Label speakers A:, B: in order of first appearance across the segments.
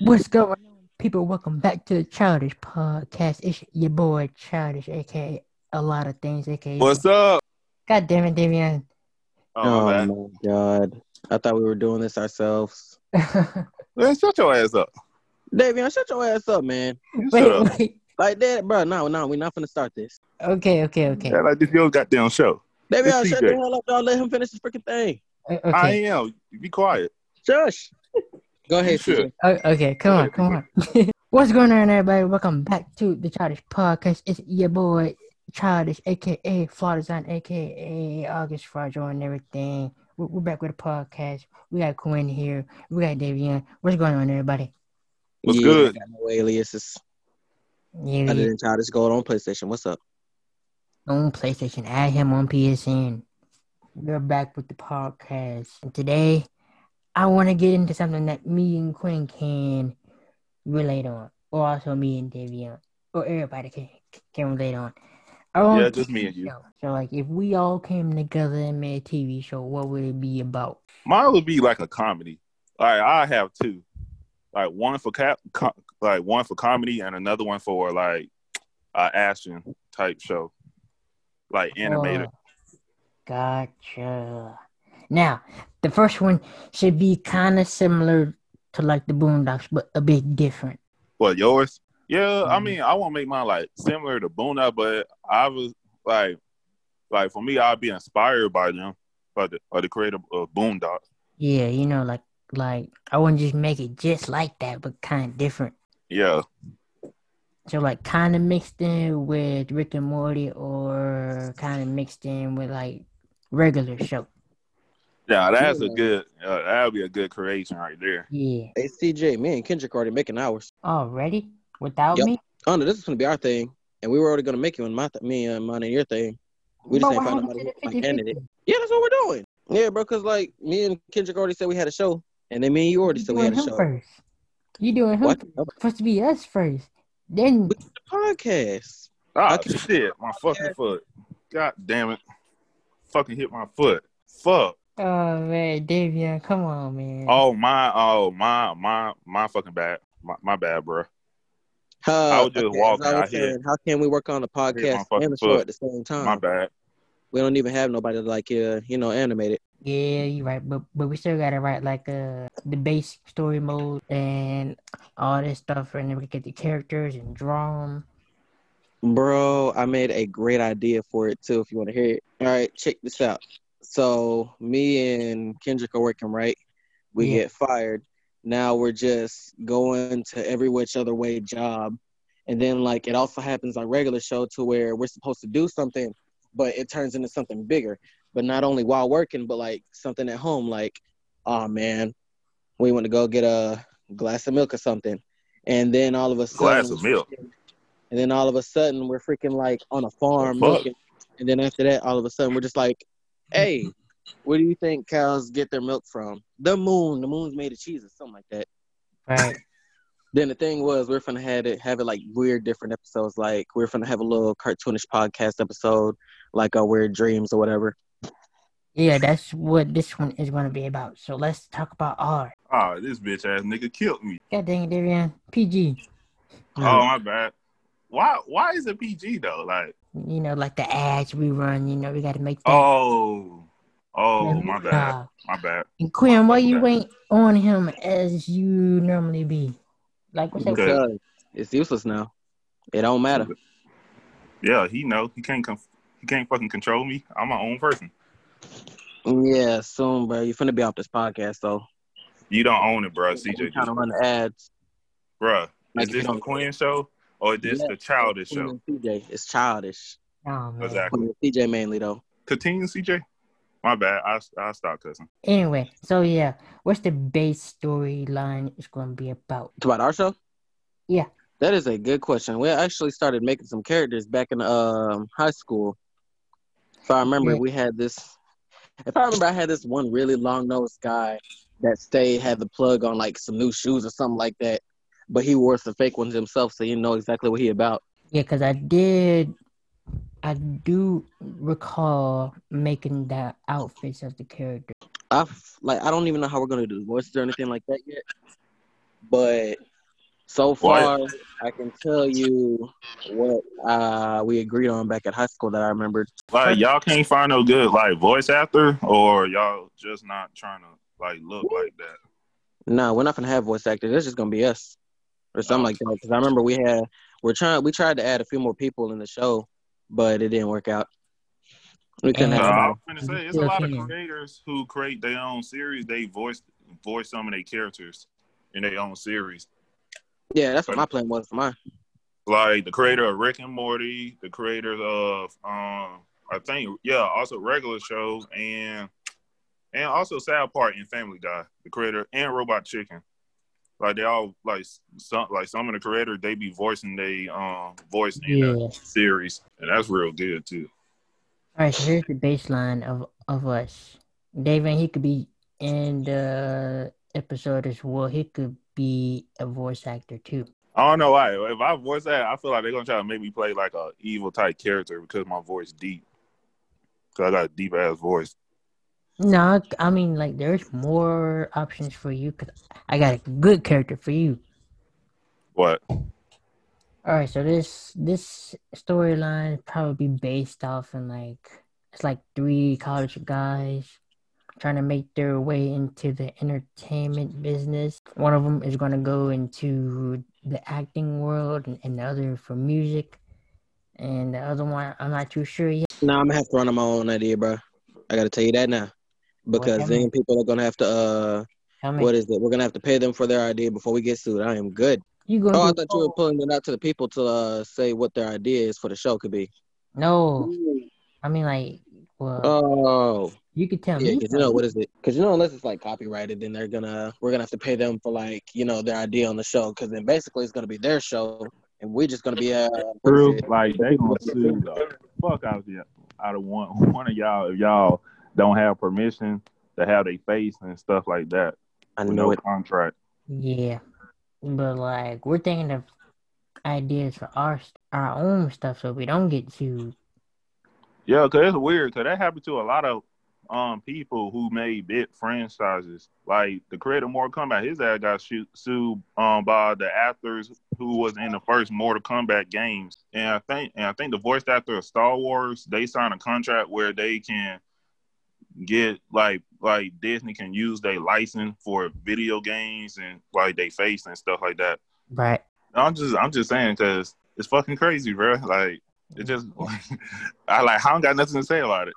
A: What's going on, people? Welcome back to the Childish Podcast. It's your boy Childish, aka a lot of things, aka.
B: What's up?
A: God damn it, Damien.
B: Oh, man.
C: my god! I thought we were doing this ourselves.
A: wait,
B: Man, shut your ass up.
C: Davion, shut your ass up, man!
B: You shut up.
A: wait.
C: Like that, bro. No, no, we're not finna start this.
A: Okay, okay, okay.
B: Yeah, like this your goddamn show.
C: Davion,
B: It's
C: shut
B: CJ.
C: the hell up, dog. Let him finish his freaking thing.
A: O-
B: I
A: Okay,
B: am. Be quiet.
C: Shush. Go ahead,
B: Sure.
C: CJ.
A: O- okay. Come on, come on. What's going on, everybody? Welcome back to the Childish Podcast. It's your boy Childish, aka Flaw Design, aka August Fraudulent, and everything. We're we're back with a podcast. We got Quinn here. We got Davion. What's going on, everybody?
B: What's
C: yeah,
B: good?
C: I got no aliases.
A: Yeah,
C: Other
A: yeah.
C: than Childish Gold on PlayStation. What's up?
A: on PlayStation. Add him on PSN. We're back with the podcast. And today, I want to get into something that me and Quinn can relate on, or also me and Davion, or everybody can can relate on. Our own
B: Yeah, just me and you.
A: show. So, like, if we all came together and made a TV show, what would it be about?
B: Mine would be like a comedy. Like I have two. Like one for cap, com- like one for comedy, and another one for like uh, action type show, like animated.
A: Oh, gotcha. Now, the first one should be kind of similar to like the Boondocks, but a bit different.
B: What yours? Yeah, I
A: Mhm.
B: mean, I won't make mine like similar to Boondock, but I was like, like for me, I'd be inspired by them, by the or the creator of Boondock.
A: Yeah, you know, like like I wouldn't just make it just like that, but kind of different.
B: Yeah,
A: So like kind of mixed in with Rick and Morty, or kind of mixed in with like regular show.
B: yeah, that's a
C: Yeah.
B: good. Uh, that'd be a good creation right there.
A: Yeah,
C: Hey, CJ, me and Kendrick already making ours.
A: already without
C: Yep.
A: me.
C: Oh no, this is gonna be our thing, and we were already gonna make it on my th- me and mine and your thing. We just
A: But why
C: ain't found
A: would
C: nobody
A: you
C: who
A: do
C: my
A: 50-50?
C: candidate. Yeah, that's what we're doing. Yeah, bro. Cause like me and Kendrick already said we had a show, and then me and you already
A: You
C: said we had
A: doing him
C: a show.
A: first. You doing him
C: What?
A: first. supposed to be us first. Then
C: Podcast.
B: Ah,
C: Okay.
B: shit, my fucking foot. God damn it. Fucking hit my foot. Fuck.
A: oh man, Davion, come on man.
B: Oh my, oh my, my, my fucking bad. My, my bad, bro.
C: Huh,
B: I was just walking
C: as I was
B: out here.
C: saying, How can we work on the
B: hit my
C: podcast
B: fucking
C: and the show
B: foot.
C: at the same
B: My
C: time?
B: bad.
C: We don't even have nobody to, like uh, you know animated.
A: Yeah, you're right, but but we still gotta write like uh the basic story mode and all this stuff, and then we get the characters and draw them.
C: Bro, I made a great idea for it too. If you want to hear it, all right, check this out. So me and Kendrick are working right. We
A: Yeah.
C: get fired. Now we're just going to every which other way job, and then like it also happens on regular show to where we're supposed to do something, but it turns into something bigger. But not only while working, but like something at home. Like, oh man, we want to go get a glass of milk or something, and then all of a sudden,
B: Glass of milk.
C: and then all of a sudden, we're freaking like on a farm.
B: Fuck.
C: milking. And then after that, all of a sudden, we're just like, hey, where do you think cows get their milk from? The moon. The moon's made of cheese or something like that.
A: Right.
C: Then the thing was, we're finna have it, have it like weird different episodes. Like, we're finna have a little cartoonish podcast episode, like our Weird Dreams or whatever.
A: yeah, that's what this one is gonna be about. So let's talk about R.
B: Ah, this bitch ass nigga killed me.
A: God dang it, Davion. PG.
B: Oh my bad. Why why is it PG though? Like
A: You know, like the ads we run. You know, we gotta make. That.
B: oh oh my bad.
A: Uh,
B: My bad.
A: and Quinn, why you ain't on him as you normally be? Like what's up?
B: Okay.
C: Because it's useless now. It don't matter.
B: Yeah, he know. He can't conf- he can't fucking control me. I'm my own person.
C: Yeah, soon, bro. You're finna be off this podcast, though.
B: You don't own it, bro.
C: I'm
B: CJ
C: trying
B: just
C: to run the ads.
B: bruh.
C: Like,
B: Is
C: if
B: this
C: you
B: the
C: don't-
B: Queen show or is this
C: Yeah. Mm-hmm.
B: the childish
C: Queen
B: show?
C: and CJ. It's childish.
A: Oh, man.
B: Exactly.
C: Queen and CJ mainly though.
B: Continue, CJ. My bad. I I stopped cussing.
A: Anyway, so yeah, what's the base storyline it's gonna be about?
C: It's about our show.
A: Yeah.
C: That is a good question. We actually started making some characters back in um, high school. If I remember,
A: Yeah.
C: we had this. If I remember, I had this one really long nosed guy that stayed had the plug on like some new shoes or something like that, but he wore some fake ones himself, so you know exactly what he about.
A: Yeah, because I did, I do recall making the outfits of the character.
C: I f- like I don't even know how we're gonna do voices or anything like that yet, but So
B: Why-
C: far, I can tell you what uh, we agreed on back at high school that I remembered.
B: Like y'all can't find no good like voice actor, or y'all just not trying to like look like that.
C: No, we're not gonna have voice actors. It's just gonna be us or something like that. Because I remember we had we're trying we tried to add a few more people in the show, but it didn't work out. We couldn't
B: No,
A: Yeah.
B: I
C: have.
B: was gonna say it's a lot of creators who create their own series. They voice voice some of their characters in their own series.
C: Yeah, that's what my plan was for mine.
B: Like the creator of Rick and Morty, the creators of um, I think yeah, also regular shows and and also South Park and Family Guy, the creator and Robot Chicken. Like they all like some like some of the creators they be voicing they um voice in their
A: Yeah.
B: series, and that's real good too.
A: All right, so here's the baseline of of us. David, he could be in the episode as well. He could be a voice actor too.
B: I don't know why. If I voice that, I feel like they're gonna try to make me play like a evil type character because my voice deep. Cause I got a deep ass voice.
A: No, I mean like there's more options for you because I got a good character for you.
B: But
A: All right, so this this storyline probably based off in like it's like three college guys trying to make their way into the entertainment business. One of them is going to go into the acting world, and, and the other for music, and the other one I'm not too sure yet.
C: No, I'm gonna have to run on my own idea, bro. I gotta tell you that now, because then people are gonna have to. uh
A: Tell me,
C: What is it? We're gonna have to pay them for their idea before we get sued. I am good.
A: you going
C: Oh, I
A: to
C: thought you were pulling it out to the people to uh, say what their idea is for the show could be.
A: no? I mean like, well,
C: Oh,
A: you could tell
C: yeah,
A: me.
C: because you know what is it? Because you know, unless it's like copyrighted, then they're gonna we're gonna have to pay them for like you know their idea on the show. Because then basically it's gonna be their show, and we're just gonna be uh what is it?
B: like they gonna sue the fuck out of you out of one one of y'all if y'all don't have permission to have their face and stuff like that.
C: I
B: With
C: know
B: no
C: it.
B: contract.
A: Yeah, but like we're thinking of ideas for our our own stuff, so we don't get sued.
B: Yeah, cause it's weird, cause that happened to a lot of um people who made big franchises. Like the creator of Mortal Kombat, his ass got shoot, sued um by the actors who was in the first Mortal Kombat games. And I think and I think the voice actor of Star Wars, they signed a contract where they can get like like Disney can use their license for video games and like they face and stuff like that.
A: Right.
B: I'm just I'm just saying because it's fucking crazy, bro. Like it just I like I don't got nothing to say about it.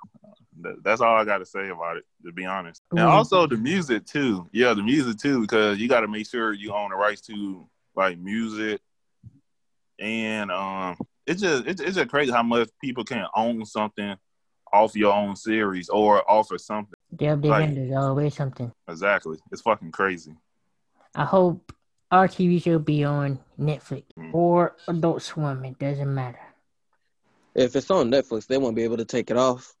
B: That- That's all I got to say about it, to be honest. And
A: Mhm.
B: also the music too. Yeah, the music too, because you got to make sure you own the rights to like music, and um, it's just it's, it's just crazy how much people can own something off your own series or off of something.
A: Yeah, big
B: Like-
A: end there's always something.
B: Exactly, it's fucking crazy.
A: I hope our TV show be on Netflix
B: Mm.
A: or Adult Swim. It doesn't matter.
C: If it's on Netflix, they won't be able to take it off.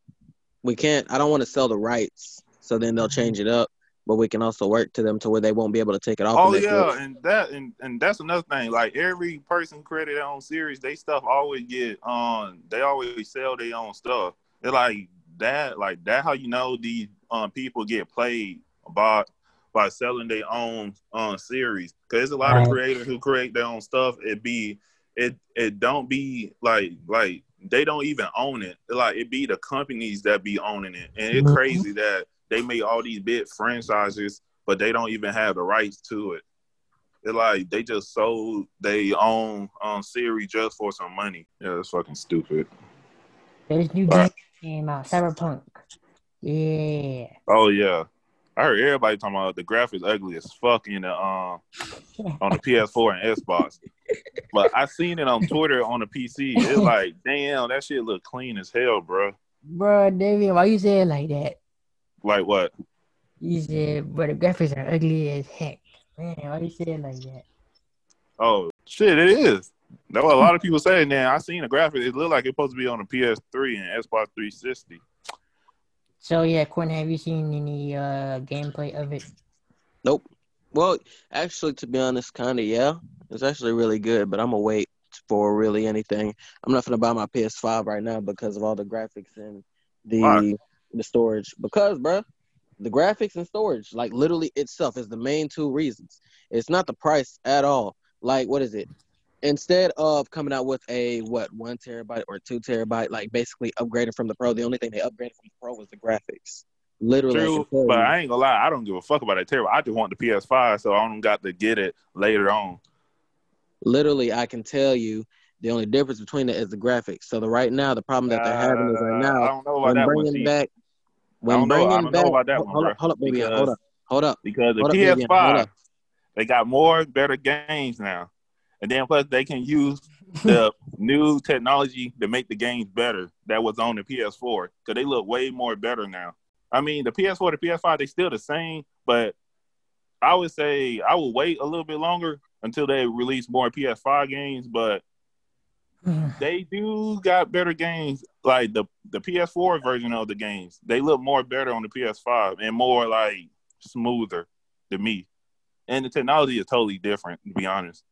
C: We can't. I don't want to sell the rights, so then they'll change it up. But we can also work to them to where they won't be able to take it off.
B: Oh
C: of Netflix.
B: yeah, and that and, and that's another thing. Like every person created their own series, they stuff always get um they always sell their own stuff. They're like that, like that how you know these um people get played by by selling their own um series. Cause there's a lot
A: Right.
B: of creators who create their own stuff. It be it it don't be like like they don't even own it. Like it be the companies that be owning it. And it's
A: Mhm.
B: crazy that they made all these big franchises but they don't even have the rights to it. They're like they just sold they own um series just for some money. Yeah, that's fucking stupid.
A: There's new game
B: Right.
A: came out, Cyberpunk. Yeah.
B: Oh yeah. I heard everybody talking about the graphics ugly as fuck in the um on the PS4 and Xbox. But I seen it on Twitter on the PC. It's like, damn, that shit look clean as hell, bro.
A: Bro, David, why you say it like that?
B: Like what?
A: You said, bro, the graphics are ugly as heck. Man, why you say it like that?
B: Oh shit, it is. That's what a lot of people say. Now I seen the graphics. It looked like it's supposed to be on the PS3 and Xbox 360.
A: So yeah, Quinn, have you seen any uh gameplay of it?
C: Well, actually, to be honest, kind of, yeah. It's actually really good, but I'm going to wait for really anything. I'm not going to buy my PS5 right now because of all the graphics and the
B: Why?
C: the storage. Because, bruh, the graphics and storage, like literally itself, is the main two reasons. It's not the price at all. like what is it? Instead of coming out with a what one terabyte or two terabyte, like basically upgraded from the pro, the only thing they upgraded from the pro was the graphics. Literally, I can
B: True,
C: tell
B: but
C: you.
B: I ain't gonna lie. I don't give a fuck about that terrible. I just want the PS5, so I don't got to get it later on.
C: literally I can tell you the only difference between it is the graphics. So the right now the problem that they're having is right
B: Uh, I
C: now
B: don't know about
C: when
B: that
C: bringing
B: one, Chief,
C: back
B: I
C: when
B: don't know- I
C: bringing
B: don't know
C: back
B: about that
C: hold,
B: one,
C: hold
B: bro,
C: up hold up baby
B: because-
C: hold up hold up
B: because the
C: Hold up, Vivian, hold
B: PS5
C: up.
B: they got more better games now, and then plus they can use the new technology to make the games better that was on the PS4 because they look way more better now. I mean, the PS4 to PS5 they still the same, but I would say I would wait a little bit longer until they release more PS5 games, but they do got better games. Like the the PS4 version of the games, they look more better on the PS5 and more like smoother to me. And the technology is totally different, to be honest.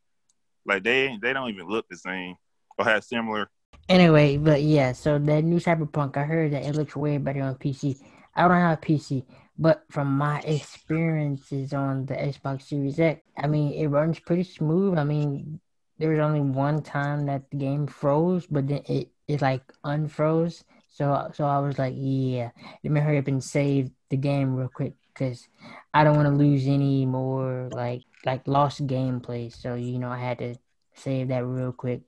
B: Like they ain't- they don't even look the same or have similar.
A: Anyway, but yeah, so that new Cyberpunk, I heard that it looks way better on PC. I don't have a PC, but from my experiences on the Xbox Series X, I mean, it runs pretty smooth. I mean, there was only one time that the game froze, but then it, it like unfroze. So so I was like, yeah, let me hurry up and save the game real quick because I don't want to lose any more like like lost gameplay. So you know, I had to save that real quick.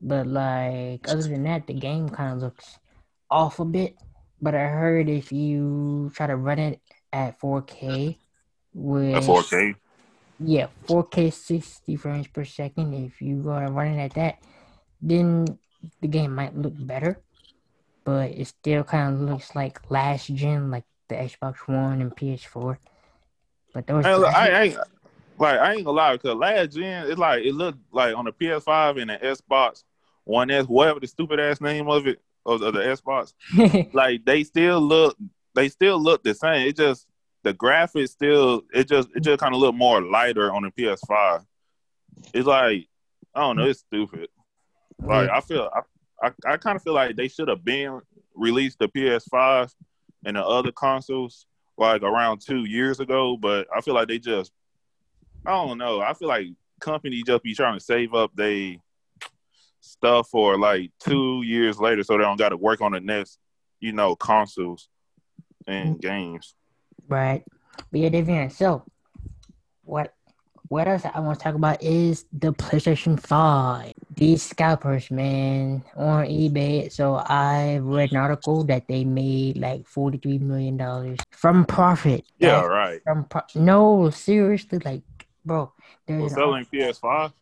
A: But like other than that, the game kind of looks off a bit. But I heard if you try to run it at 4K with
B: A 4K.
A: yeah 4K 60 frames per second, if you gonna run it at that, then the game might look better. But it still kind of looks like last gen, like the Xbox One and PS4. But those
B: Hey, look, I,
A: graphics-
B: I ain't like I ain't gonna lie because last gen it's like it looked like on the PS5 and the Xbox One S, whatever the stupid ass name of it of, of the Xbox. like they still look they still look the same. It just the graphics still it just it just kind of look more lighter on the PS5. It's like I don't know, it's stupid. Like I feel I I, I kind of feel like they should have been released the PS5 and the other consoles like around two years ago, but I feel like they just I don't know. I feel like companies just be trying to save up they stuff for like two years later so they don't gotta work on the next, you know, consoles and games.
A: Right. But yeah, Davian, so what what else I want to talk about is the PlayStation 5. These scalpers, man, on eBay. So I read an article that they made like $43 million from profit.
B: Yeah,
A: That's
B: right.
A: From pro- no, seriously, like, bro,
B: We're
A: there's an
B: selling PS5.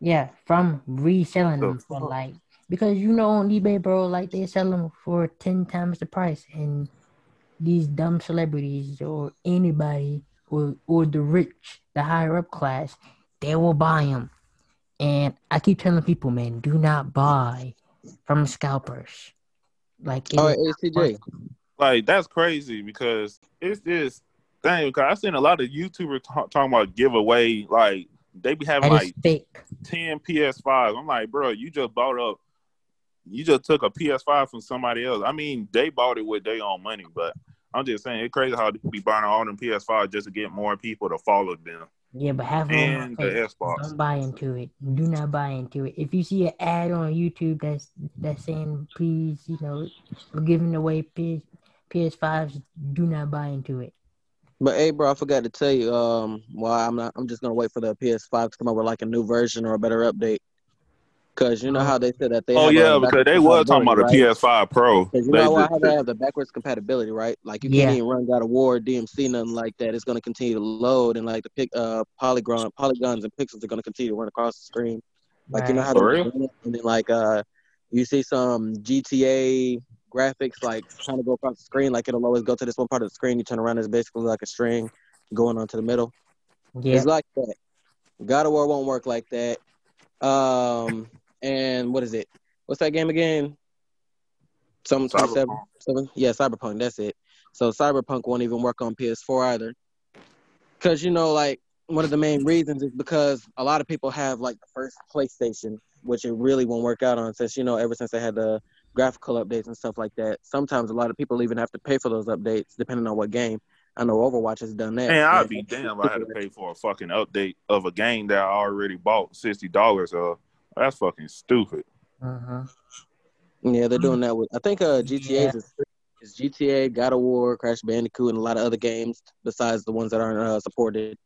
A: yeah, from reselling
B: So-
A: them for like because you know on eBay, bro, like they sell them for ten times the price, and these dumb celebrities or anybody or or the rich, the higher up class, they will buy them. And I keep telling people, man, do not buy from scalpers. Like, it
C: All right,
A: is-
C: ACJ.
B: Hmm. Like that's crazy because it's just dang. Because I've seen a lot of YouTubers ta- talking about giveaway. Like they be having
A: that is
B: like
A: fake.
B: ten PS5s. I'm like, bro, you just bought up. You just took a PS5 from somebody else. I mean, they bought it with their own money, but I'm just saying it's crazy how they be buying all them PS5 just to get more people to follow them
A: Yeah, but
C: Mm-hmm.
A: have
B: and uh, the Xbox.
A: Don't buy into it. Do not buy into it. If you see an ad on YouTube that's that's saying please, you know, we're giving away PS PS5s, do not buy into it.
C: But hey, bro, I forgot to tell you. Um, well, I'm not. I'm just gonna wait for the PS5 to come up with like a new version or a better update. Cause you know how they said that they.
B: Oh
C: have,
B: yeah,
C: um,
B: because they
C: backwards
B: was talking about the
C: compatibility, right?
B: PS5 Pro.
C: Cause you
B: They
C: know why
B: just-
C: how they have the backwards compatibility, right? Like you
A: Yeah.
C: can't even run God of War, DMC, nothing like that. It's gonna continue to load, and like the pic, uh, polygon, polygons and pixels are gonna continue to run across the screen. Like you know how
A: Right.
C: they
B: For real?
C: doing it, and then like uh, you see some GTA graphics like kind of go across the screen, like it'll always go to this one part of the screen. You turn around, it's basically like a string going onto the middle.
A: Yeah.
C: It's like that. God of War won't work like that. Um, and what is it? What's that game again? Some twenty-seven,
B: Cyberpunk.
C: seven. Yeah, Cyberpunk. That's it. So Cyberpunk won't even work on PS4 either, because you know, like one of the main reasons is because a lot of people have like the first PlayStation, which it really won't work out on, since you know, ever since they had the graphical updates and stuff like that. Sometimes a lot of people even have to pay for those updates, depending on what game. I know Overwatch has done that.
B: Man, I'd be damn! I had to pay for a fucking update of a game that I already bought sixty dollars of. That's fucking stupid.
A: Uh-huh.
C: Yeah, they're
A: Mm-hmm.
C: doing that with. I think uh, GTA is, is GTA, God of War, Crash Bandicoot, and a lot of other games besides the ones that aren't uh, supported.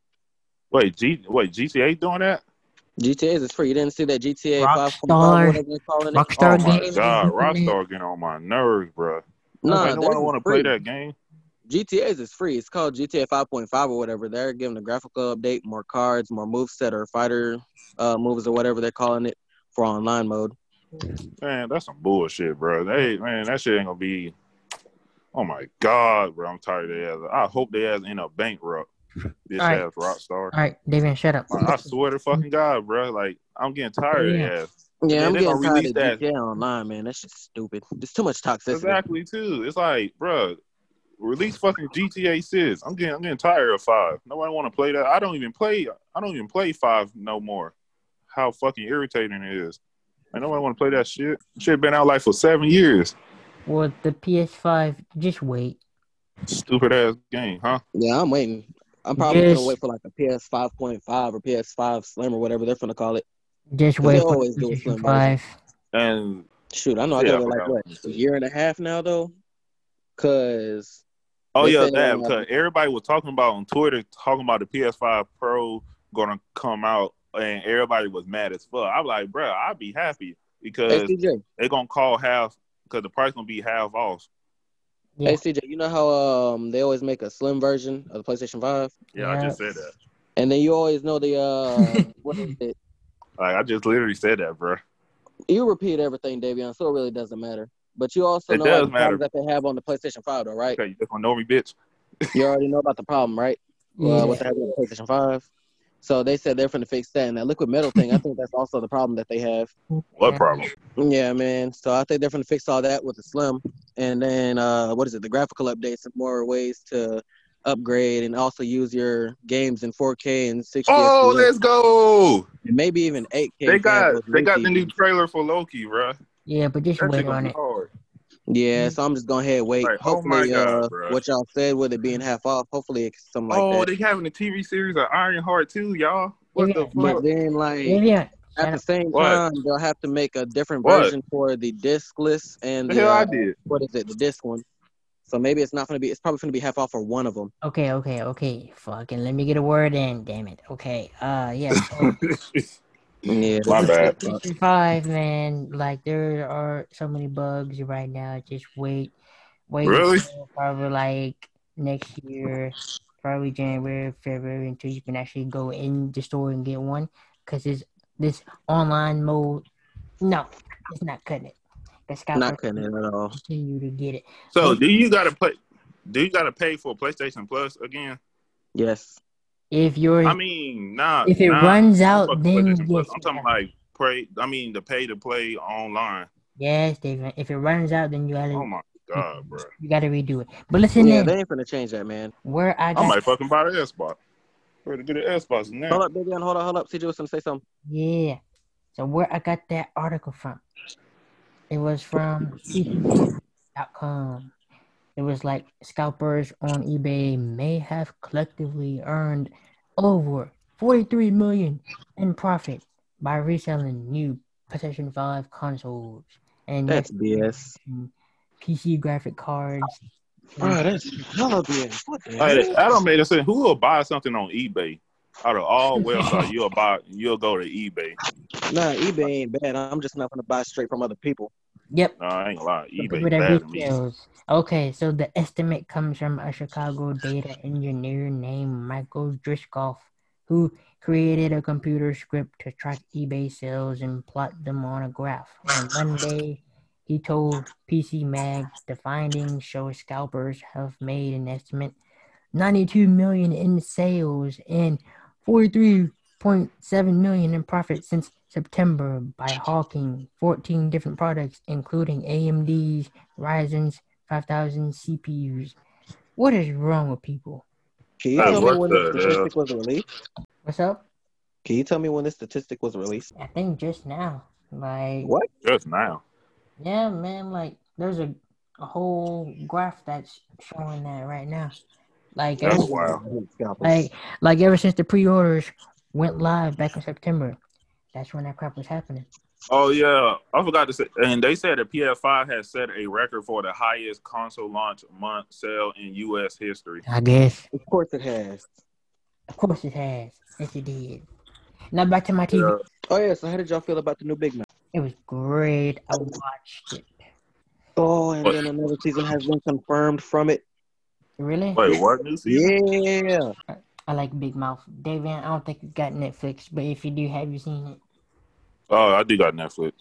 B: Wait, G, wait, GTA doing that?
C: GTA's is free. You didn't see that GTA
A: Rockstar.
C: 5.5, whatever they're calling it?
B: Oh
A: Rockstar
B: my
A: Games.
B: god, Rockstar getting on my nerves, bro.
C: No,
B: I don't
C: theirs is
B: want to
C: free.
B: play that game.
C: GTA's is free. It's called GTA 5.5 or whatever. They're giving a graphical update, more cards, more moveset or fighter uh, moves or whatever they're calling it for online mode.
B: Man, that's some bullshit, bro. They man, that shit ain't gonna be. Oh my god, bro, I'm tired of that. I hope they ass end up bankrupt. This
A: All right.
B: ass Rockstar.
A: All right, David, shut up.
B: Like, I swear to fucking god, bro. Like I'm getting tired of that. ass.
C: Yeah,
B: Yeah,
C: I'm
B: they
C: getting
B: gonna
C: tired
B: release
C: of
B: that.
C: GTA online, man. That shit's stupid. There's too much toxicity.
B: Exactly too. It's like, bro, release fucking GTA Six. I'm getting I'm getting tired of five. Nobody want to play that. I don't even play. I don't even play five no more. How fucking irritating it is. And nobody want to play that shit. Shit been out like for seven years.
A: Well, the PS5, just wait.
B: Stupid ass game, huh?
C: Yeah, I'm waiting. I'm probably
A: Yes.
C: gonna wait for like a PS 5.5 or PS 5 Slim or whatever they're gonna call it.
A: Just
C: They
A: wait for
C: always do a
A: PlayStation
C: slim version.
A: 5.
B: And
C: Shoot, I know I
B: Yeah,
C: got
B: I
C: like
B: forgot.
C: what a year and a half now though, cause
B: Oh
C: They
B: yeah,
C: said,
B: that
C: uh,
B: because everybody was talking about on Twitter, talking about the PS5 Pro gonna come out, and everybody was mad as fuck. I'm like, bro, I'd be happy
C: hey
B: because
C: CJ,
B: they gonna call half because the price gonna be half off.
A: Yeah.
C: hey CJ, you know how um they always make a slim version of the PlayStation 5,
B: Yeah, I just said that.
C: and then you always know the uh what is it?
B: Like I just literally said that, bro.
C: You repeat everything, Davion, so it really doesn't matter. But you also
B: It
C: know
B: does
C: all the
B: matter.
C: problems that they have on the PlayStation 5, though, right?
B: Okay, you just gonna know me, bitch.
C: You already know about the problem, right?
A: Yeah.
C: uh, what they have on the PlayStation 5. So they said they're finna fix that. And that liquid metal thing, I think that's also the problem that they have.
B: What
A: Yeah.
B: problem?
C: Yeah, man. So I think they're finna fix all that with the Slim. And then, uh, what is it, the graphical updates and more ways to upgrade and also use your games in 4K and 60.
B: Oh,
C: FPS,
B: let's go!
C: and maybe even 8K.
B: They
C: if you have
B: got
C: those
B: they got the
C: TVs.
B: new trailer for Loki, bro.
A: Yeah, but just
B: That shit
A: wait
B: gonna
A: on
B: be
A: it.
B: hard.
C: Yeah, so I'm just going to head wait.
B: Like, oh my
C: hopefully,
B: God,
C: uh,
B: bruh.
C: what y'all said with it being half off, hopefully it's something like
B: oh,
C: that.
B: they having a TV series of Ironheart too, y'all. What the
A: Yeah,
B: fuck?
A: yeah.
C: But then, like,
A: Davion,
C: At the same
B: What?
C: time, they'll have to make a different
B: What?
C: version for the discless and
B: The
C: the,
B: hell I
C: uh,
B: did.
C: what is it, the disc one. So maybe it's not gonna be. It's probably gonna be half off for one of them.
A: Okay, okay, okay. Fucking let me get a word in, damn it. Okay. Uh yeah. So
C: Yeah,
B: My bad.
A: PlayStation five, man, like there are so many bugs right now. Just wait. Wait
B: Really?
A: until probably like next year, probably January, February until you can actually go in the store and get one. Cause this this online mode no, it's not cutting it. That's got
C: Not cutting it at all.
A: continue to get it.
B: So do you gotta play? Do you gotta pay for PlayStation Plus again?
C: Yes.
A: If you're
B: I mean, nah.
A: if it
B: nah,
A: runs out,
B: fuck
A: then yes,
B: PlayStation Plus. I'm
A: you
B: talking
A: gotta-
B: like pay. I mean, the pay to play online.
A: yes, David. If it runs out, then you gotta
B: Oh my god, bro.
A: you gotta redo it. But listen
C: Yeah,
A: in,
C: they ain't gonna change that, man.
A: where I
B: I
A: got
B: might fucking buy the Xbox. Where to get the Xbox
C: Hold
B: now?
C: up, Big N, hold up, hold up. CJ was gonna say something.
A: yeah, so where I got that article from, it was from com. It was like scalpers on eBay may have collectively earned over 43 million in profit by reselling new PlayStation 5 consoles and
C: That's
A: next
C: BS.
A: PC graphic cards.
C: Bro, that's hella BS. What the hell?
B: Hey, I don't make sense. Who will buy something on eBay? Out of all websites, you'll buy. You'll go to eBay.
C: Nah, eBay ain't bad. I'm just not gonna buy straight from other people.
A: Yep,
B: No, I ain't lying. eBay
A: With our
B: bad to me.
A: details. Okay, so the estimate comes from a Chicago data engineer named Michael Driscoll, who created a computer script to track eBay sales and plot them on a graph. On Monday, he told PC Mag the findings show scalpers have made an estimate 92 million in sales and 43.7 million in profit since September by hawking 14 different products, including AMD's Ryzen's 5000 CPUs. What is wrong with people?
C: Can you
B: Hey,
C: tell
B: what
C: me when the
B: the
C: statistic was released?
A: What's up?
C: Can you tell me when this statistic was released?
A: I think just now, like,
C: What?
B: Just now.
A: yeah, man, like, there's a, a whole graph that's showing that right now. Like
B: That's
A: ever,
B: wild.
A: like like ever since the pre-orders went live back in September, that's when that crap was happening.
B: Oh yeah, I forgot to say. And they said that PS5 has set a record for the highest console launch month sale in U.S. history.
A: I guess.
C: Of course it has.
A: Of course it has. Yes, it did. Now back to my TV.
B: Yeah.
C: Oh yeah. So how did y'all feel about the new Big Mac?
A: It was great. I watched it.
C: Oh, and
B: What?
C: then another season has been confirmed from it.
A: Really?
B: Wait, what new season?
C: Yeah.
A: I like Big Mouth. David, I don't think you got Netflix, but if you do, have you seen it?
B: Oh, I do got Netflix.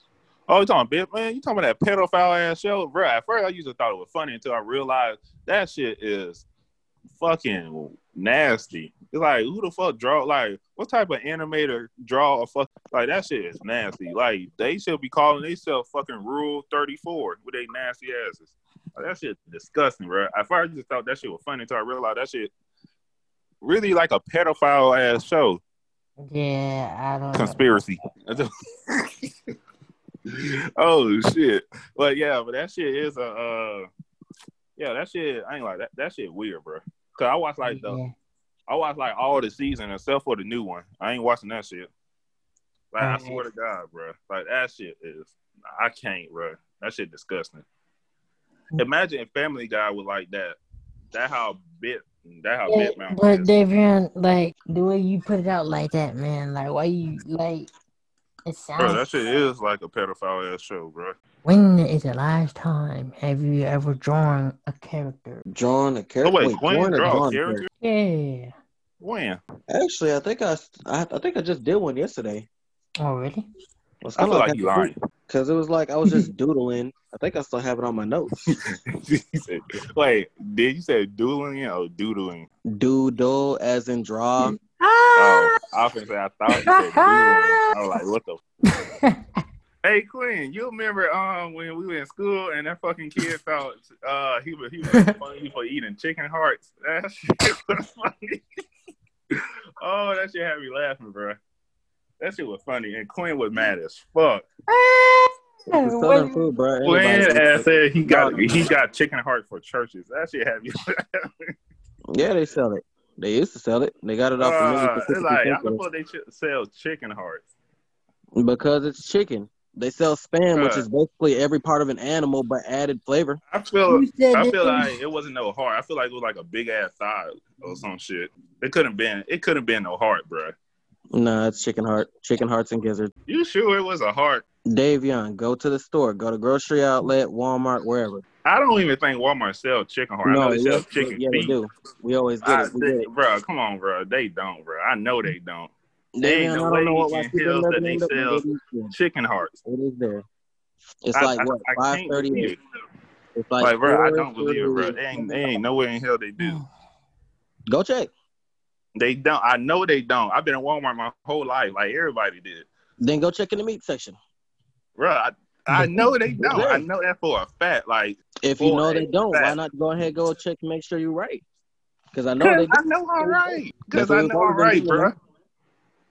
B: Oh, you talking bit man? You talking about that pedophile ass show, bro? At first, I used to thought it was funny until I realized that shit is fucking nasty. It's like who the fuck draw? Like what type of animator draw a fuck? Like that shit is nasty. Like they should be calling themselves fucking Rule Thirty Four with they nasty asses. Like, that shit disgusting, bro. At first, I just thought that shit was funny until I realized that shit really like a pedophile ass show
A: Yeah, I don't know.
B: conspiracy. oh shit! But yeah, but that shit is a uh, yeah, that shit. I ain't like that. That shit weird, bro. Cause I watch like the
A: Yeah.
B: I watch like all the season except for the new one. I ain't watching that shit. Like I
A: Right.
B: swear to God, bro. Like that shit is I can't, bro. That shit disgusting. Imagine if Family Guy was like that. That how bit. That how
A: Yeah,
B: bit mouth.
A: but
B: is.
A: Davion, like the way you put it out like that, man, like why you like it
B: Bro,
A: sounds
B: that shit is like a pedophile ass show, bro.
A: when is the last time have you ever drawn a character?
C: Drawing a
B: Oh,
C: character.
B: wait,
C: wait,
B: Quinn
C: drawing a
B: draw
C: drawing
B: a character?
A: Yeah.
B: When?
C: Actually, I think I, s- I, I think I just did one yesterday.
A: Oh really?
C: It's
B: I
C: kinda
B: feel like you
C: that
B: lying.
C: Cause it was like I was just doodling. I think I still have it on my notes.
B: You said- Wait, did you say doodling or doodling?
C: Doodle as in draw.
B: Oh, I was gonna say I thought you said doodling. I was like, what the?
A: Ah,
B: Hey, Quinn, you remember um when we were in school and that fucking kid thought uh he was he was funny for eating chicken hearts. That shit was funny. oh, that shit had me laughing, bro. That shit was funny, and Quinn was mad as fuck.
C: It's southern food, bro. Everybody's
B: Quinn ass
C: into it.
B: said he got he got chicken heart for churches. That shit had me laughing.
C: Yeah, they sell it. They used to sell it. They got it off the menu
B: Uh,
C: for
B: it's
C: 60
B: like how the
C: cents.
B: fuck they ch- sell chicken hearts?
C: because it's chicken. They sell spam, which
B: Bruh.
C: is basically every part of an animal but added flavor.
B: I feel
A: You said
B: I
A: that
B: feel
A: they-
B: like it wasn't no heart. I feel like it was like a big ass thigh or some shit. It couldn't been it couldn't been no heart, bruh.
C: Nah, it's chicken heart, chicken hearts and gizzards.
B: You sure it was a heart?
C: Dave Young, go to the store, go to grocery outlet, Walmart, wherever.
B: I don't even think Walmart sell chicken heart. I know they sell
C: yes,
B: chicken
C: yeah, they
B: feet.
C: do. We always get
B: I
C: it. We get it.
B: think- bruh, come on, bruh. They don't, bruh. I know they don't.
C: Dave
B: ain't
C: Young,
B: no
C: I don't know
B: way
C: what
B: you
C: white
B: can
C: people
B: tell
C: never
B: that they
C: end up
B: sell-
C: with it.
B: Chicken hearts.
C: It is there. It's
B: I-
C: like
B: I,
C: what
B: I,
C: five
B: can't
C: thirty
B: believe
C: eight.
B: it.
C: It's
B: Like,
C: like
B: bruh, I
C: four Oh.
B: don't believe it, bruh. They ain't, they ain't nowhere in hell they do.
C: Go check.
B: They don't. I know they don't. I've been in Walmart my whole life. Like everybody did.
C: Then go check in the meat section.
B: Bro, I, I know they don't. I know that for a fact. Like,
C: If you
B: Boy,
C: know they don't, why
B: fact.
C: not go ahead go check and make sure you're right? Because I know they
B: cause
C: do.
B: I know I'm right. Cause
C: That's what
B: I
C: we
B: know I'm
C: always
B: right,
C: been doing,
B: bro.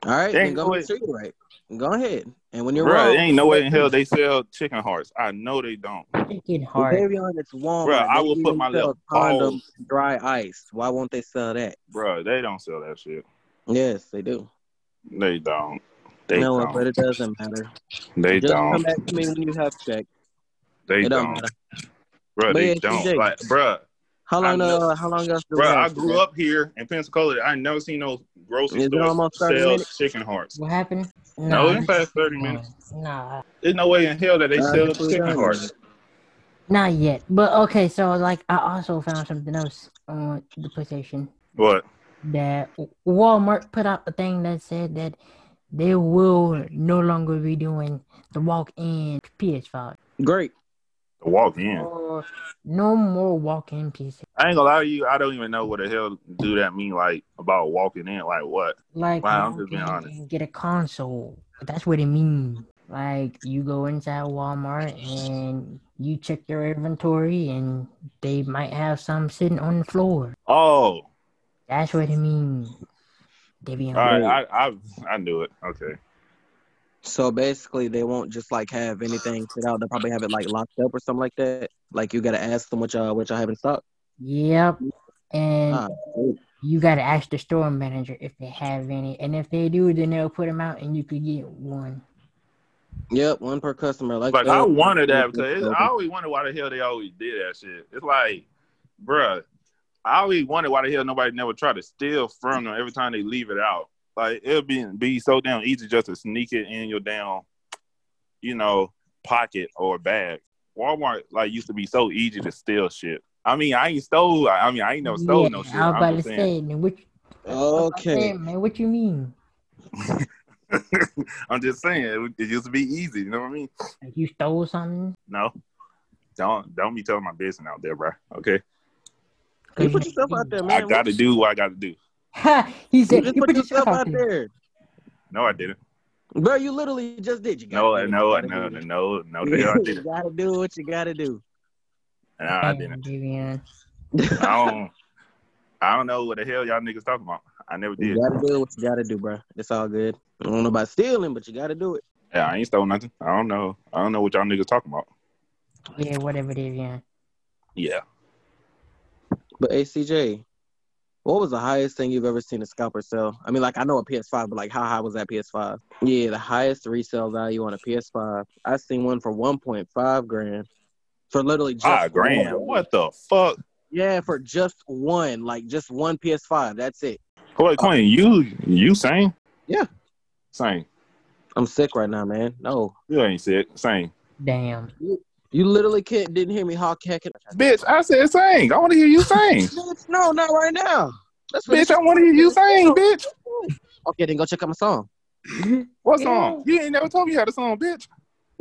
C: All right,
B: Dang,
C: then go
B: go
C: make sure you're right. Go ahead. And when you're
B: Bro,
C: wrong,
B: ain't no way in hell they sell chicken hearts. I know they don't.
A: Chicken heart.
C: Davion, it's Walmart.
B: Bruh, I
C: They
B: will put
C: even
B: my
C: sell
B: little
C: condoms,
B: balls.
C: dry ice. Why won't they sell that?
B: Bro, they don't sell that shit.
C: Yes, they do.
B: They don't. They
C: You know what? But
B: don't.
C: it doesn't matter.
B: They
C: Just come
B: don't.
C: back to me when you have checked.
B: They
C: It
B: don't.
C: don't matter.
B: Bro,
C: But yeah,
B: they
C: TJ.
B: don't. Like, bro,
C: How
B: I
C: long?
B: know.
C: Uh, how long else do we
B: bro,
C: have?
B: I grew up here in Pensacola. I never seen no grocery
C: Is it
B: stores
C: almost 30
B: sell
C: minutes?
B: chicken hearts.
A: What happened?
B: No,
A: Nah,
B: it's past thirty
A: nah,
B: minutes.
A: nah,
B: There's no way in hell that they
C: Uh,
B: sell
C: that's what we
B: chicken
C: done.
B: hearts.
A: not yet. But okay, so like I also found something else on the PlayStation.
B: What?
A: that Walmart put out a thing that said that they will no longer be doing the walk-in PS5
C: Great.
B: The walk in.
A: or no more walk-in PC.
B: I ain't gonna lie to you. I don't even know what the hell do that mean. Like about walking in, like what?
A: Like
B: Wow, I'm
A: you
B: just being
A: can
B: honest.
A: get a console. That's what it means. Like you go inside Walmart and you check their inventory, and they might have some sitting on the floor.
B: Oh, all
A: That's what it means. They be on
B: right. I I, I knew it. Okay.
C: So basically, they won't just like have anything sit out. They'll probably have it like locked up or something like that. Like you gotta ask them what y'all what y'all have in stock.
A: Yep. and
C: Ah,
A: you gotta ask the store manager if they have any, and if they do, then they'll put them out, and you could get one.
C: Yep, one per customer. Like, oh,
B: Like
C: the-
B: I wanted that because it's,
C: Okay.
B: I always wondered why the hell they always did that shit. It's like, bruh, I always wondered why the hell nobody never tried to steal from them every time they leave it out. Like it'll be be so damn easy just to sneak it in your damn, you know, pocket or bag. Walmart like used to be so easy to steal shit. I mean, I ain't stole. I mean, I ain't never stole
A: Yeah,
B: no shit.
A: I was
B: I'm
A: about to
B: just saying.
A: say, man, what, I'm
C: okay.
A: saying, man, what you mean?
B: I'm just saying it used to be easy. You know what I mean?
A: Like you stole something?
B: No, don't don't be telling my business out there, bruh. Okay.
C: You put yourself out there, man.
B: I got to do what I got to do.
A: Ha! He
C: You
A: said,
C: just put yourself out there,
B: No, I didn't.
C: bro. You literally just did. You
B: No,
C: gotta do
B: no,
C: what you
B: no,
C: gotta
B: no,
C: do.
B: no, no, the hell I
C: You
B: didn't.
C: gotta do what you gotta do.
B: No, I didn't.
A: Damn,
B: I don't. I don't know what the hell y'all niggas talking about. I never
C: You
B: did.
C: gotta do what you gotta do, bro. It's all good. I don't know about stealing, but you gotta do it.
B: Yeah, I ain't stole nothing. I don't know. I don't know what y'all niggas talking about.
A: Devian. Yeah, whatever, Devian.
B: Yeah.
C: But ACJ, what was the highest thing you've ever seen a scalper sell? I mean, like I know a PS5, but like how high was that PS5? Yeah, the highest resale value on a PS5. I seen one for 1.5 grand for literally just
B: Five grand.
C: one.
B: What the fuck?
C: Yeah, for just one, like just one PS5. That's it.
B: Wait, Queen, you you sane?
C: Yeah.
B: Same.
C: I'm sick right now, man. No,
B: You ain't sick. Same.
A: Damn.
C: you literally can't didn't hear me hawk hacking.
B: Bitch, I said sing. I want to hear you sing.
C: Bitch, no, not right now. That's what
B: bitch, I want to hear you sing, bitch.
C: Okay, then go check out my song.
B: What song? You ain't never told me you had a song, bitch.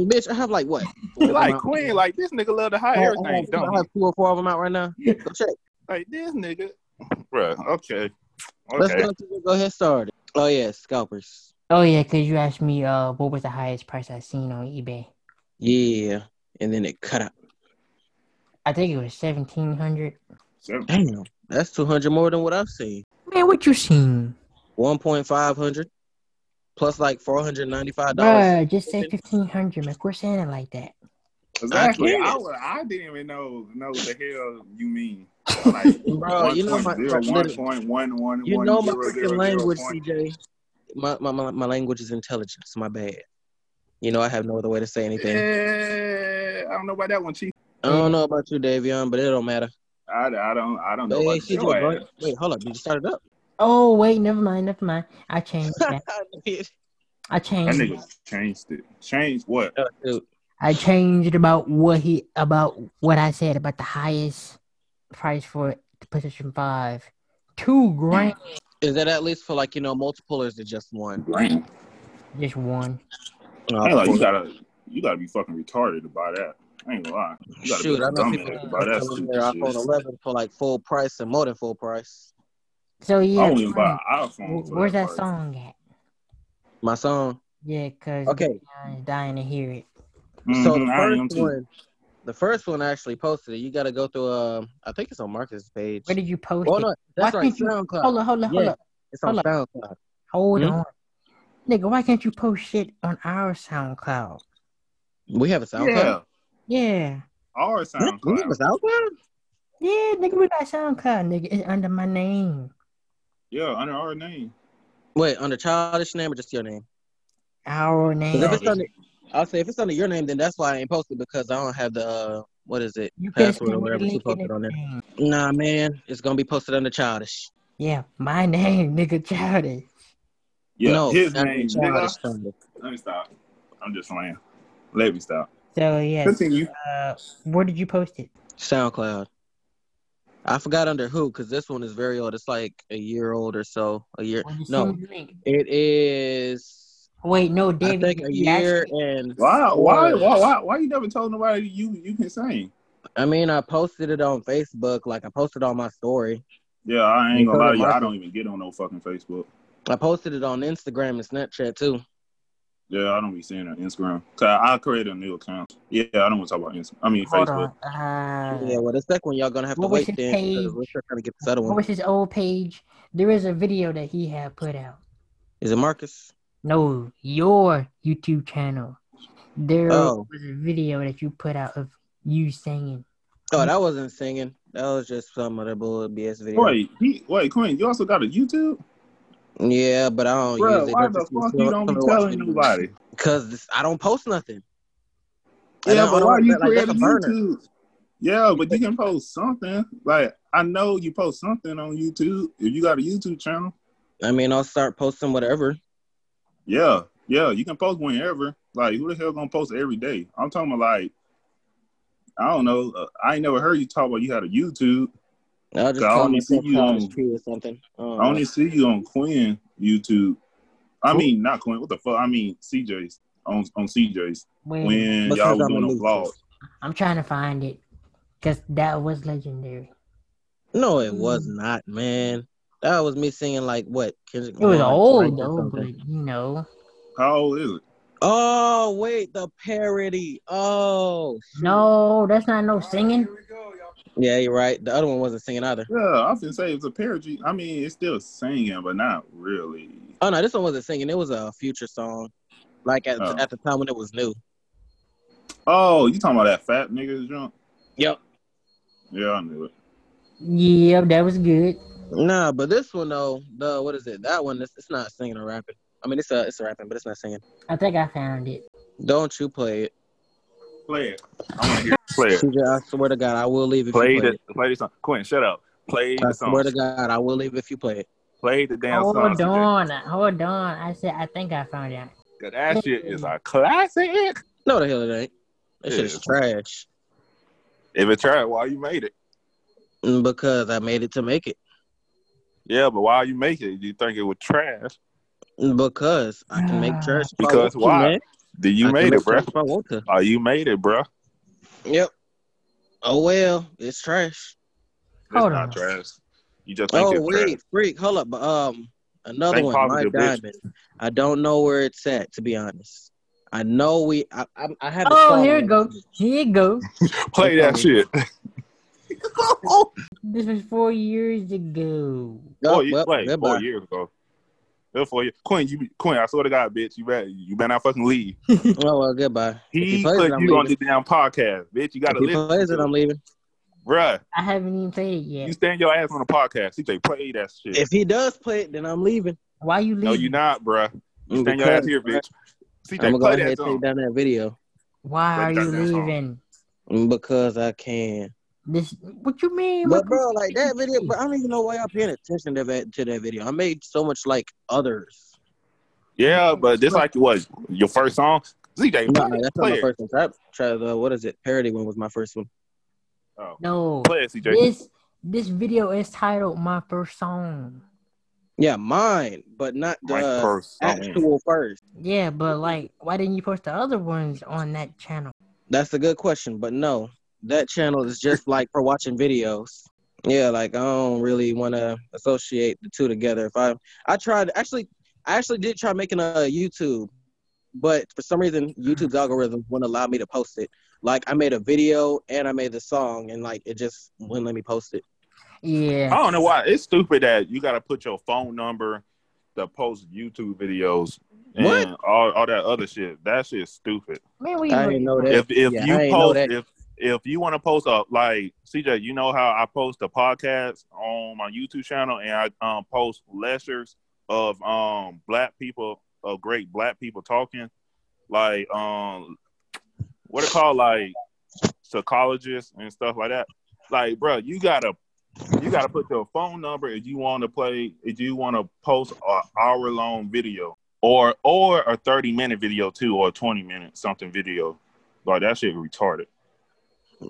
C: Bitch, I have like what?
B: Like Queen, like this nigga love to hide
C: I have,
B: everything,
C: I
B: don't he?
C: have two or four of them out right now. Go check.
B: Like this nigga. Bruh, okay.
C: Let's
B: Okay.
C: go, go ahead, start. it. Oh yeah, scalpers.
A: Oh yeah, cause you asked me, uh, what was the highest price I seen on eBay?
C: Yeah, and then it cut out.
A: I think it was seventeen hundred.
B: So,
C: Damn, that's two hundred more than what I've seen.
A: Man, what you seen?
C: One point five hundred, plus like four hundred ninety-five dollars.
A: Bruh, just say fifteen hundred. Man, quit saying it like that.
B: Exactly. I,
C: I can't.
B: was, I didn't even know know what the hell you mean. Like
C: Bro, you know my- my-
B: 1.01,
C: You know my
B: 1.10,
C: freaking language,
B: 0.00.
C: CJ. My, my my my language is intelligence. My bad. You know I have no other way to say anything.
B: Eh, I don't know about that one, Chief.
C: I don't know about you, Davion, but it don't matter.
B: I, I don't I don't know
C: Hey,
B: about
C: CJ,
B: your
C: go
B: ass.
C: ahead. Wait, hold up. Did you start it up?
A: Oh wait, never mind, never mind. I changed that. I
B: That
A: changed.
B: nigga changed it. Changed what?
C: Oh, shoot.
A: I changed about what he about what I said about the highest price for the PlayStation Five. Two grand,
C: Is that at least for like you know multiple or is it just one?
B: Damn.
A: just one.
C: Oh,
B: Hey, like,
C: cool.
B: you gotta you gotta be fucking retarded to buy that. I ain't gonna lie. You gotta
C: Shoot,
B: be
C: I
B: a
C: know people
B: dumbass to buy that
C: selling
B: stupid
C: their iPhone
B: shit.
C: 11 for like full price and more than full price.
A: So yeah,
B: I won't even buy
A: Quinn,
B: an iPhone.
A: wh-
B: For
A: where's that
B: price.
A: song at?
C: My song.
A: Yeah, cause
C: Okay,
A: I'm dying to hear it.
C: so
B: Mhm,
C: the
B: I am
C: first
B: too.
C: one, the first one I actually posted it. You got to go through. Um, I think it's on Marcus' page.
A: Where did you post
C: Oh
A: it?
C: no, that's
A: Why
C: right.
A: can't you-
C: SoundCloud.
A: Hold on, hold on, hold
C: Yeah.
A: on,
C: It's on
A: Hold
C: SoundCloud.
A: hold
C: Hmm?
A: on, nigga. Why can't you post shit on our SoundCloud?
C: We have a SoundCloud.
B: Yeah,
A: Yeah,
B: our
C: We have a
B: SoundCloud.
C: SoundCloud.
A: yeah, nigga. We got SoundCloud, nigga. It's under my name.
B: Yeah, under our name.
C: Wait, under childish name or just your name?
A: Our
C: 'Cause if
A: name.
C: it's under, I'll say if it's under your name, then that's why I ain't posted because I don't have the uh, what is it
A: You can
C: password
A: send
C: or
A: me
C: whatever
A: the
C: she
A: link and
C: posted on there.
A: everything.
C: Nah, man, it's gonna be posted under childish.
A: Yeah, my name, nigga, Chowdy.
B: Yeah,
C: no,
B: his
C: under
B: name,
C: childish.
B: nigga.
C: Thunder.
B: Let me stop. I'm just playing. Let me stop.
A: So yes,
B: Continue.
A: uh, where did you post it?
C: SoundCloud. I forgot under who because this one is very old. It's like a year old or so. A year.
A: Well, you send
C: No,
A: me the link.
C: it is.
A: Wait, no,
C: I
A: David.
C: think a
A: you asked
C: year
A: me-
C: and.
B: Why?
C: four-
B: Why? Why? Why? Why you never told nobody you you can sing?
C: I mean, I posted it on Facebook. Like I posted on my story.
B: Yeah, I ain't gonna
C: Because
B: lie
C: of
B: to you. I
C: Marcus.
B: don't even get on no fucking Facebook.
C: I posted it on Instagram and Snapchat too.
B: Yeah, I don't be seeing on Instagram. Cause I created a new account. Yeah, I don't want to talk about Instagram. I mean
A: Hold
B: Facebook.
A: on. Uh,
C: Yeah, well, the second one y'all gonna have to
A: What was
C: wait
A: his
C: then because
A: page?
C: we're still trying to get the other
A: what
C: one.
A: was his old page? There is a video that he had put out.
C: Is it Marcus?
A: No, your YouTube channel. There
C: Oh.
A: was a video that you put out of you singing.
C: Oh, that wasn't singing. That was just some of the bull BS video.
B: Wait, he, wait, Queen, you also got a YouTube?
C: Oh, Yeah, but I don't
B: Bro,
C: use it.
B: why
C: That
B: the
C: just be
B: fuck
C: so-
B: you don't be
C: so
B: telling
C: watching it.
B: nobody?
C: Cause this- I don't post nothing. I
B: Yeah,
C: don't- I
B: but
C: don't
B: why
C: want
B: you
C: that- like,
B: create
C: that's
B: a
C: a burner.
B: YouTube? Yeah, but you can post something. Like I know you post something on YouTube. If you got a YouTube channel,
C: I mean, I'll start posting whatever.
B: yeah, yeah, you can post whenever. Like who the hell gonna post every day? I'm talking about like I don't know. Uh, I ain't never heard you talk about you had a YouTube.
C: I'll just
B: I
C: call
B: only see
C: myself
B: you
C: college
B: on-
C: tree or something. I don't
B: I
C: know.
B: only see you on Quinn YouTube. I
C: Uh-huh. Who?
B: mean not Quinn. What the fuck? I mean CJ's on on CJ's
A: When,
B: when
C: Mm, But
B: y'all
C: since
B: were
C: I'm
B: doing
C: a
B: a
C: loser.
B: vlog.
A: I'm trying to find it, cause that was legendary.
C: No, it
A: Hmm.
C: was not, man. That was me singing like what? Kendrick
A: It was
C: Lamar,
A: old
C: Drake or
A: though, but
C: something.
A: you know,
B: How old is it?
C: Oh wait, the parody. Oh
A: no, that's not no Oh, singing.
C: yeah, you're right. The other one wasn't singing either.
B: Yeah, I was gonna say it's a parody. I mean, it's still singing, but not really.
C: Oh no, this one wasn't singing. It was a future song, like at,
B: Oh.
C: at the time when it was new.
B: Oh, you talking about that fat nigga jump?
C: Yep.
B: Yeah, I knew it.
A: Yeah, that was good.
C: Nah, but this one though, the what is it? That one, it's, it's not singing or rapping. I mean, it's a it's a rapping, but it's not singing.
A: I think I found it.
C: Don't you play it?
B: Play it. I want to hear. Play it.
C: CJ, I swear to God, I will leave if
B: Play
C: you play
B: the play the song. Quinn, shut up. Play
C: it. I
B: the
C: swear
B: song.
C: to God, I will leave if you play it.
B: Play the damn
A: Hold
B: song. CJ.
A: on, hold on. I said I think I found it.
B: 'Cause That shit is a classic.
C: No, the hell it ain't. That shit
B: Yeah.
C: is trash.
B: If it tried, why you made it?
C: Mm, Because I made it to make it.
B: Yeah, but why you make it? You think it was trash?
C: Mm, Because I can make trash. If I
B: Because
C: want to,
B: why?
C: man.
B: Then you
C: I can
B: made
C: make
B: it, bro.
C: trash If I want to.
B: Oh, you made it, bro.
C: Yep. Oh well, it's trash.
B: It's
A: Hold
B: not
A: on.
B: trash. You just think
C: oh
B: it's
C: wait,
B: trash.
C: freak, hold up. But um, another
B: Think
C: one,
B: positive,
C: my
B: bitch.
C: diamond. I don't know where it's at, to be honest. I know we. I I, I had. a
A: Oh,
C: song
A: here
C: on
A: it go. Here it go.
B: Play that shit. Oh,
A: This was four years ago.
C: Oh,
B: Four years,
C: well,
B: wait,
C: goodbye.
B: four years ago. It was four years. Quinn, you Quinn, I swear to God, bitch, you better you better not fucking leave.
C: Oh well, goodbye. if
B: He
C: he plays
B: put
C: it, I'm
B: you on
C: leaving.
B: this damn podcast, bitch. You
C: If
B: gotta
C: he
B: listen,
C: plays it, I'm leaving.
B: bruh.
A: I haven't even played it yet.
B: You stand your ass on the podcast. CJ, play that shit.
C: If he does play it, then I'm leaving.
A: Why you leaving?
B: no, you not, bruh. You stand your ass
C: Because
B: here, bitch. CJ,
C: I'm gonna go
B: play
C: ahead
B: that
C: and take
B: song.
C: down that video Mm,
A: Why are
B: Play that
A: you
B: damn song.
A: leaving?
C: because I can.
A: This what you mean?
C: But
A: What-
C: bro, like that video, bro, I don't even know why y'all paying attention to that to that video. I made so much like others.
B: Yeah, but just like it was your first song, CJ,
C: No,
B: play,
C: that's not
B: play
C: my
B: it.
C: first one. Trap, trap, uh, what is it? Parody one was my first one.
B: Oh,
A: No.
B: play it, CJ.
A: This this video is titled "My First Song."
C: Yeah, mine, but not
B: My
C: the
B: first Oh, song.
C: actual first.
A: Yeah, but
C: Mm-hmm.
A: like, why didn't you post the other ones on that channel?
C: That's a good question, but no, that channel is just like for watching videos. Yeah, like I don't really want to associate the two together. If I, I tried actually, I actually did try making a YouTube, but for some reason
B: Mm.
C: YouTube's algorithm wouldn't allow me to post it. Like I made a video and I made the song, and like it just wouldn't let me post it.
B: I
A: Yeah,
B: don't know why. It's stupid that you gotta put your phone number to post YouTube videos and
C: What?
B: all, all that other shit. That shit's stupid.
A: man, we.
C: I didn't know that.
B: If if
C: Yeah, I
B: you
C: ain't know
B: post
C: that.
B: if if you want to post a like CJ, you know how I post a podcast on my YouTube channel and I um post lectures of um black people of great black people talking like um what it called like psychologists and stuff like that. Like, bro, you gotta you gotta put your phone number if you want to play if you want to post a hour long video or or a thirty minute video too or a twenty minute something video. Like that shit retarded.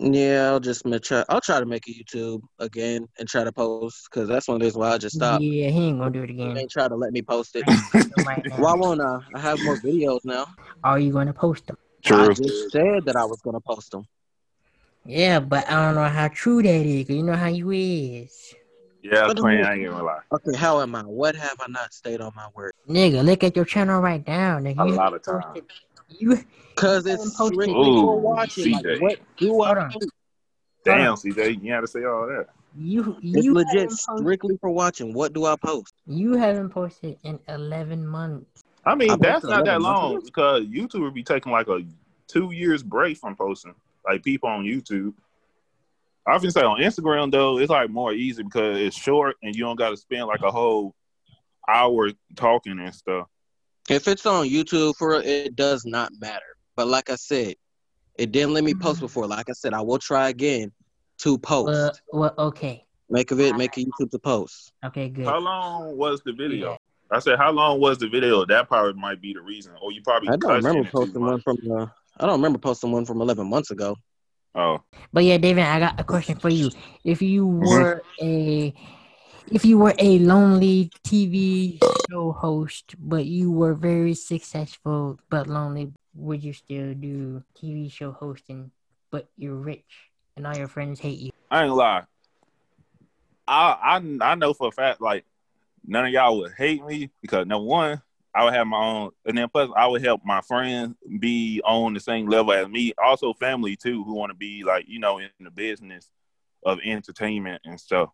C: Yeah, I'll just ma- try. I'll try to make a YouTube again and try to post because that's one of the reasons why I just stopped.
A: Yeah, he ain't gonna do it
C: They
A: again.
C: ain't try to let me post it.
A: Right now.
C: Why won't I? I have more videos now.
A: Are you gonna post them?
C: I just said that I was gonna post them.
A: Yeah, but I don't know how true that is. 'cause you know how you is,
B: Yeah,
C: What do
B: Queen,
C: you-
B: I ain't gonna lie.
C: Okay, how am I? What have I not stayed on my word?
A: nigga. Look at your channel right now, nigga.
B: A
A: You
B: lot of
A: haven't
B: time.
A: posted- You
C: Cause
A: haven't
C: it's
A: posted
C: strictly
B: Ooh,
C: for watching.
B: CJ.
C: Like, what do
A: Hold
C: I
A: on.
C: do?
B: Damn, CJ, you had to say all that.
A: You
C: It's
A: you
C: legit
A: haven't, post,
C: strictly for watching. What do I post?
A: you haven't posted in eleven months.
B: I mean,
C: I posted
B: that's not that
C: 11
B: long
C: months.
B: because YouTube would be taking like a two years break from posting. Like people on YouTube. I often say on Instagram though, it's like more easy because it's short and you don't got to spend like a whole hour talking and stuff.
C: If it's on YouTube for real, it does not matter. But like I said, it didn't let me post
A: Mm.
C: before. Like I said, I will try again to post.
A: Well, well, okay,
C: make of it, make a YouTube to post.
A: okay, good.
B: How long was the video?
A: Yeah.
B: I said, how long was the video? That probably might be the reason, or you probably.
C: I don't
B: cussed in
C: remember
B: it too
C: posting
B: much.
C: one from. Uh, I don't remember posting one from 11 months ago.
B: Oh,
A: But yeah, David, I got a question for you. If you
B: Mm-hmm.
A: were a if you were a lonely TV show host, but you were very successful but lonely, would you still do TV show hosting? But you're rich and all your friends hate you.
B: I ain't gonna lie. I I I know for a fact like none of y'all would hate me because number one, I would have my own, and then plus I would help my friends be on the same level as me. Also, family too, who want to be like you know in the business of entertainment and stuff.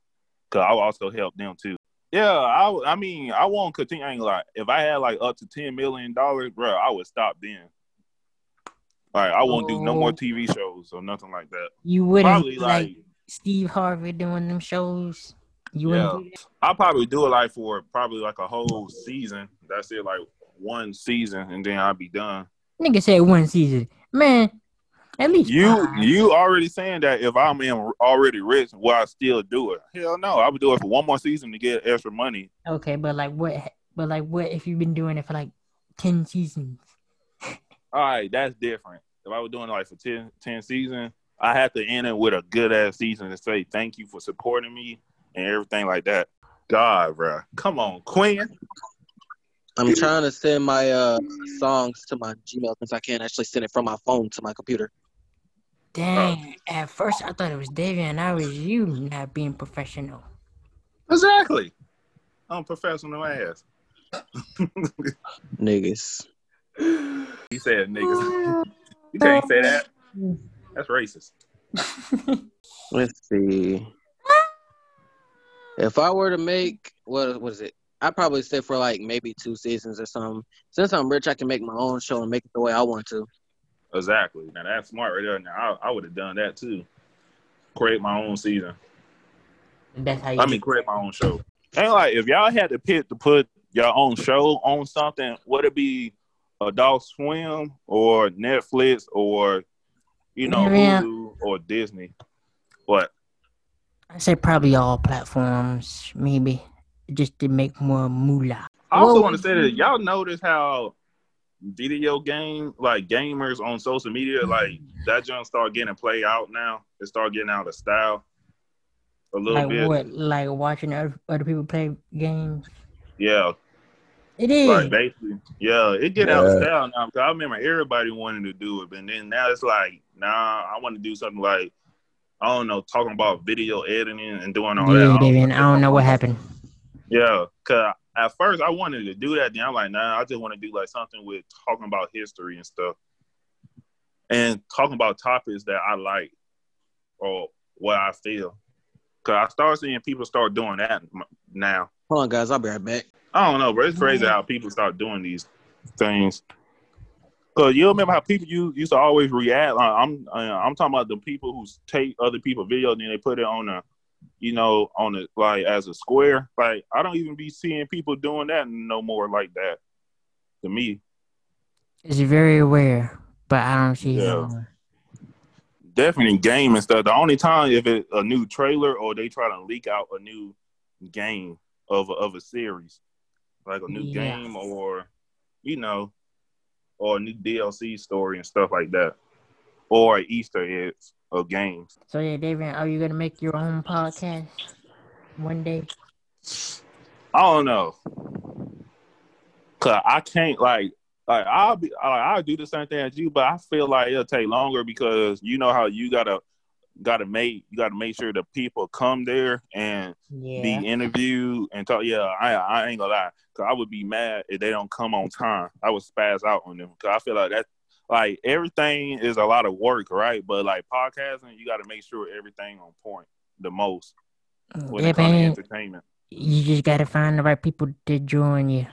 B: Cause I would also help them too. Yeah, I would- I mean I won't continue. I ain't gonna lie. If I had like up to ten million dollars, bro, I would stop then. Like I won't do no more
A: Oh.
B: TV shows or nothing like that.
A: You wouldn't
B: Probably
A: be
B: like
A: Steve Harvey doing them shows. You
B: Yeah.
A: wouldn't do that?
B: I'll probably do it like for probably like a whole season. That's it, like one season, and then I'll be done.
A: Nigga said one season. Man, at least
B: You
A: five.
B: you already saying that if I'm in already rich, will I still do it? Hell no, I would do it for one more season to get extra money.
A: Okay, but like what but like what if you've been doing it for like ten seasons?
B: All right, that's different. If I was doing it like for 10, 10 season, I have to end it with a good ass season to say thank you for supporting me and everything like that. God, bruh. come on, Quinn.
C: I'm trying to send my uh, songs to my Gmail since I can't actually send it from my phone to my computer.
B: Oh.
A: Dang, at first I thought it was David and I was you not being professional.
B: Exactly. I'm professional ass.
C: Niggas.
B: He said niggas. You can't say that. That's racist.
C: Let's see. If I were to make what what is it? I probably say for like maybe two seasons or something. Since I'm rich, I can make my own show and make it the way I want to.
B: Exactly. Now that's smart right there. Now I, I would have done that too. Create my own season.
A: That's how you
B: I mean, create my own show. And like, if y'all had to pick to put your own show on something, would it be Adult Swim or Netflix or you know
A: Yeah.
B: Hulu or Disney? What?
A: I say probably all platforms, maybe. Just to make more moolah.
B: I also
A: Well- mm-hmm.
B: want to say that y'all notice how video game like gamers on social media
A: Mm-hmm.
B: like that junk start getting played out now. It start getting out of style a little
A: Like
B: bit.
A: what like watching other, other people play games.
B: Yeah,
A: It is.
B: Like basically, yeah, it get out of
C: Yeah.
B: style now. 'cause I remember everybody wanting to do it, but then now it's like, nah, I want to do something like, I don't know, talking about video editing and doing all
A: yeah,
B: that. I
A: David,
B: don't-
A: I don't know what happened.
B: yeah, cause at first I wanted to do that, then I'm like, nah, I just want to do like something with talking about history and stuff, and talking about topics that I like or what I feel. Cause I start seeing people start doing that m- now.
C: Hold on, guys. I'll be right back.
B: I don't know, bro. It's crazy
A: Yeah.
B: how people start doing these things. Cause you remember how people you used to always react. Like, I'm uh, I'm talking about the people who take other people video and then they put it on a, you know, on a like as a square. Like I don't even be seeing people doing that no more like that. To me,
A: It's very rare, but I don't see
B: Yeah.
A: how
B: definitely in game and stuff. The only time if it's a new trailer or they try to leak out a new game of a, of a series, like a new
A: Yeah.
B: game or you know, or a new DLC story and stuff like that, or Easter eggs of games.
A: So yeah, David, are you gonna make your own podcast one day?
B: I don't know, cause I can't like like I'll be I- I'll do the same thing as you, but I feel like it'll take longer because you know how you gotta gotta make you gotta make sure the people come there and
A: Yeah.
B: be interviewed and talk. Yeah, I I ain't gonna lie, cause I would be mad if they don't come on time. I would spaz out on them, cause I feel like that like everything is a lot of work, right? But like podcasting, you got to make sure everything on point the most when
A: yeah,
B: it comes to
A: man.
B: entertainment.
A: Mm, You just gotta find the right people to join you.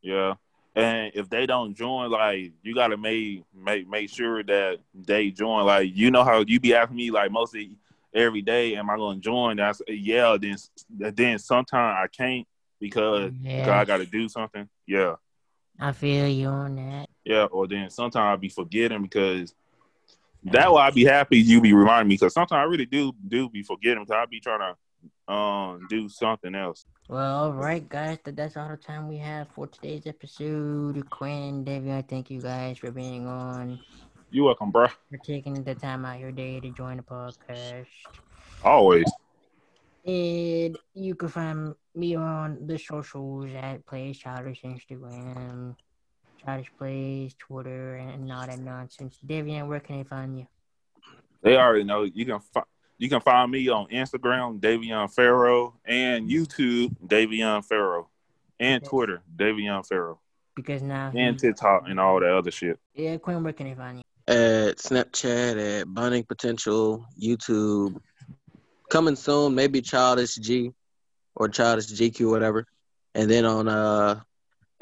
B: Yeah. And if they don't join, like you gotta make make make sure that they join. Like you know how you be asking me like mostly every day. Am I going to join? I said, yeah. Then then sometimes I can't because, because I
A: Yeah,
B: got to do something. Yeah,
A: I feel you on that.
B: yeah. Or then sometimes I be forgetting because that why I be happy you be reminding me because sometimes I really do do be forgetting because I be trying to um do something else.
A: Well, all right, guys, that, that's all the time we have for today's episode. Quinn, Davion, thank you guys for being on,
B: You welcome, bro.
A: for taking the time out of your day to join the podcast.
B: Always.
A: And you can find me on the socials at Plays Childish Instagram, Childish Plays, Twitter, and all that nonsense. Davion, where can they find you?
B: They already know you can fi- you can find me on Instagram, Davion Farrow, and YouTube, Davion Farrow,
A: Yes.
B: and
A: Mm-hmm.
B: Twitter, Davion Farrow,
A: Because now,
B: and TikTok, and all that other shit.
A: yeah, Quinn, where can they find you?
C: At Snapchat, at Bonding Potential, YouTube. Coming soon, maybe Childish G or Childish GQ, whatever. And then on uh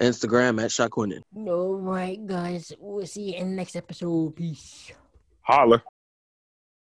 C: Instagram at Shaquinin.
A: All right, guys, we'll see you in the next episode. Peace.
B: Holler.